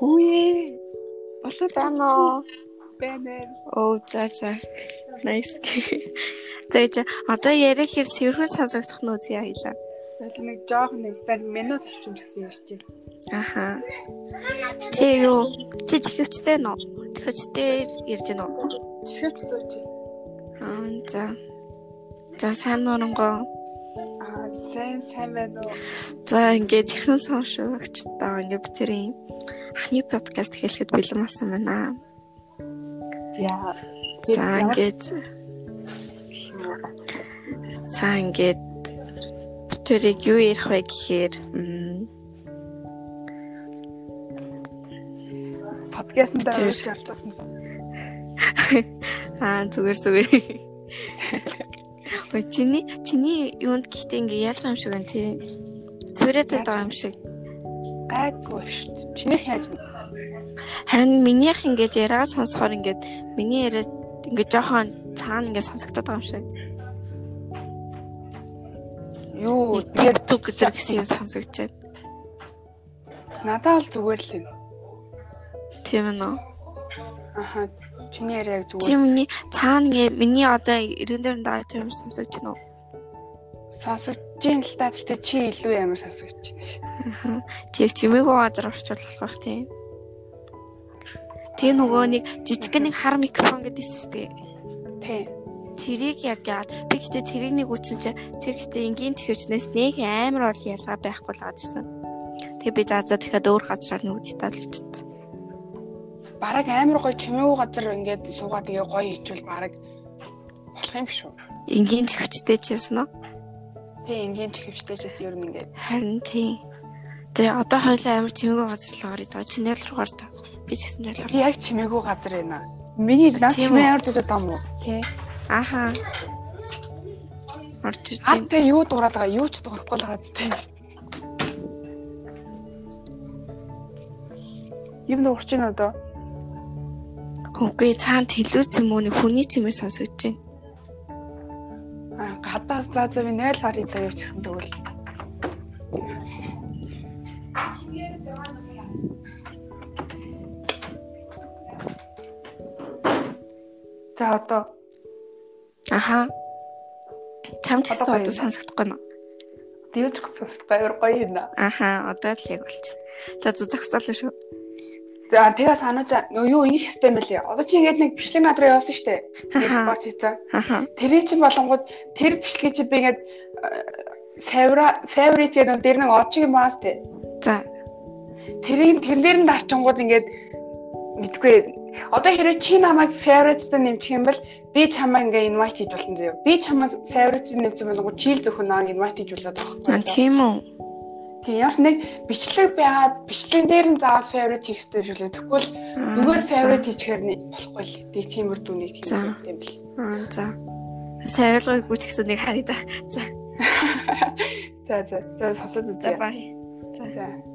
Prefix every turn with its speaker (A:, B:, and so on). A: Үе. Болоод
B: байна уу?
A: байна.
B: Оо за за. Nice. За за. Одоо ярих хэр цэвэрхэн сонсогдох нь үгүй аялаа.
A: Тэгэл нэг жоох нэг зан минут авчим гэсэн ярьж байна.
B: Аха. Чи юу? Чи чихвчтэй нөө? Чихвчтэй ирж гэнэ үү?
A: Чихвч зүүч.
B: Аа за. За сайн нурангоо.
A: Аа сайн сайн байна уу?
B: За ингээд хэрхэн сонсогч таа ингээд битэрийн анхны подкаст хэлэхэд бэлэн болсон байна.
A: За.
B: За ингээд За ингээд тэрийг юу ярих вэ гэхээр м,
A: подкаст дээр
B: Тэр.
A: урьж явуулсан.
B: аа зүгээр зүгээр. Ой чиний чиний юунд гэхдээ ингээ яаж байгаа юм шиг байна тий. Цүрээтэй байгаа юм шиг.
A: Гайгүй шүү дээ. Чинийх яаж вэ?
B: Харин минийх ингээд яриага сонсохоор ингээд миний яриа ингээд жоохон цаана ингээд сонсогдоод байгаа юм шиг.
A: Юу?
B: Яг туг гэдэг гэсэн юм сонсогдож байна.
A: Надаа л зүгээр л юм.
B: Тийм ээ нөө.
A: Аха. Чиний яриаг
B: Чи
A: зүгээр
B: миний цаана ингээ миний одоо 94 дараа юм шиг сонсогдож байна уу?
A: сонсогдож юм л та. Гэтэ чи илүү амар сонсогдож байна шээ.
B: Чи яг чимээгүй газар орчуул болох байх тийм. Тэг нөгөө нэг жижиг нэг хар микрофон гэдэг юм шүү дээ.
A: Тий.
B: Тэрийг яг яад би гэхдээ тэрийг нэг үтсэн чи тэр гэхдээ энгийн төвчнээс нэг амар ол ялгаа байхгүй л гадсан. Тэг би заа заа дахиад өөр газраар нэг үзэж тал гэж утсан.
A: Бараг амар гоё чимээгүй газар ингээд суугаад ингээ гоё хийчихвэл бараг болох юм шүү.
B: Энгийн төвчтэй чийсэн үү?
A: Тий, ингийн чихвчтэйчээс ер нь ингээд
B: Харин тийм. Тэг одоо хоёлаа амар чимээгүй газар л орё доо. Чинэл руугаар доо. Би ч гэсэн нэл
A: Би
B: руу.
A: яг чимээгүй газар байна. Миний наад
B: Тийм
A: чимээ
B: үү?
A: ямар дураад байгаа юм уу? Тий.
B: Ахаа. Орж ирж байна.
A: Хаатай юу дураад байгаа? Юу ч дурахгүй л байгаа зү. Юм дуурч байна одоо.
B: Үгүй цаана телевиз юм уу нэг хүний чимээ сонсогдож байна.
A: Аа, гадаас заа заа би нэг л харъя даа юу ч гэсэн тэгвэл. За одоо
B: Ахаа. Чамд
A: Одоо
B: гэсэн
A: гоё
B: одоо
A: юм.
B: сонсогдохгүй нэ.
A: дивж гацсахгүй аяр гоё хийнэ.
B: Ахаа одоо л яг болчихно. За за зогсоол шүү.
A: За тэгээс анууч нөө юу ингэх хэстэй юм бэлээ. Одоо чи ингэдэг нэг бичлэг над руу явуулсан штэ.
B: Ахаа.
A: Бач хийцэн.
B: Ахаа.
A: Тэрий чин болонгууд тэр бичлэгийг чи би ингээд фавора фаворит гэдэг нь дэр нэг од шиг юм баас тэ.
B: За.
A: Тэрийг тэрнээр нь дарчингууд ингээд мэдгүй. Одоо хэрвээ чи намайг фаворитд нэмчих юм бол би чамаа ингээд инвайт хийж болно зөө. Би чамайг фаворитд нэмчих юм бол чийл зөвхөн наа инвайт хийж болоод
B: А,
A: байгаа.
B: Тийм үү.
A: Тийм ямар ч нэг бичлэг байгаад бичлэгэн дээр нь заавал favorite хийх хэрэгтэй шүү дээ. Тэгвэл
B: Аа,
A: зүгээр
B: за.
A: favorite хийчихээр нь болохгүй л. Тэг тиймэр дүнийг
B: За.
A: хийх юм бэл.
B: Аа за. Сайлгойгүй ч гэсэн нэг харъя да.
A: За за за сосод
B: За
A: үзье.
B: бай. За.
A: За.